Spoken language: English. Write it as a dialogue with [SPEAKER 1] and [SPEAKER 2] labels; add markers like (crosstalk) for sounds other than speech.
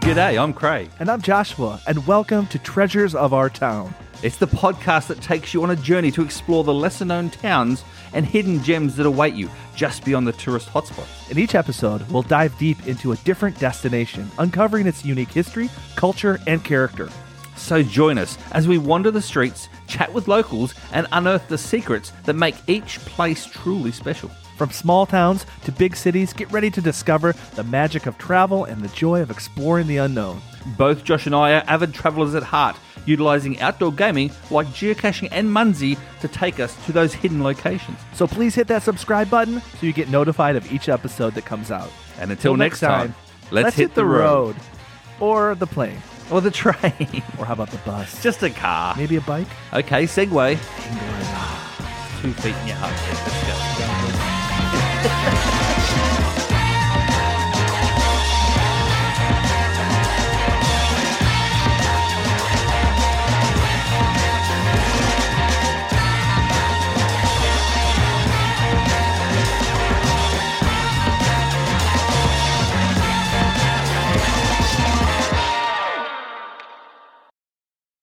[SPEAKER 1] G'day, I'm Craig.
[SPEAKER 2] And I'm Joshua, and welcome to Treasures of Our Town.
[SPEAKER 1] It's the podcast that takes you on a journey to explore the lesser known towns and hidden gems that await you just beyond the tourist hotspots.
[SPEAKER 2] In each episode, we'll dive deep into a different destination, uncovering its unique history, culture, and character.
[SPEAKER 1] So join us as we wander the streets, chat with locals, and unearth the secrets that make each place truly special.
[SPEAKER 2] From small towns to big cities, get ready to discover the magic of travel and the joy of exploring the unknown.
[SPEAKER 1] Both Josh and I are avid travelers at heart, utilizing outdoor gaming like geocaching and Munsey to take us to those hidden locations.
[SPEAKER 2] So please hit that subscribe button so you get notified of each episode that comes out.
[SPEAKER 1] And until next time, let's hit the road.
[SPEAKER 2] Or the plane.
[SPEAKER 1] Or the (laughs) train,
[SPEAKER 2] Or how about the bus?
[SPEAKER 1] just a car.
[SPEAKER 2] Maybe a bike?
[SPEAKER 1] Okay, segue. Two feet in your heart. Let's go.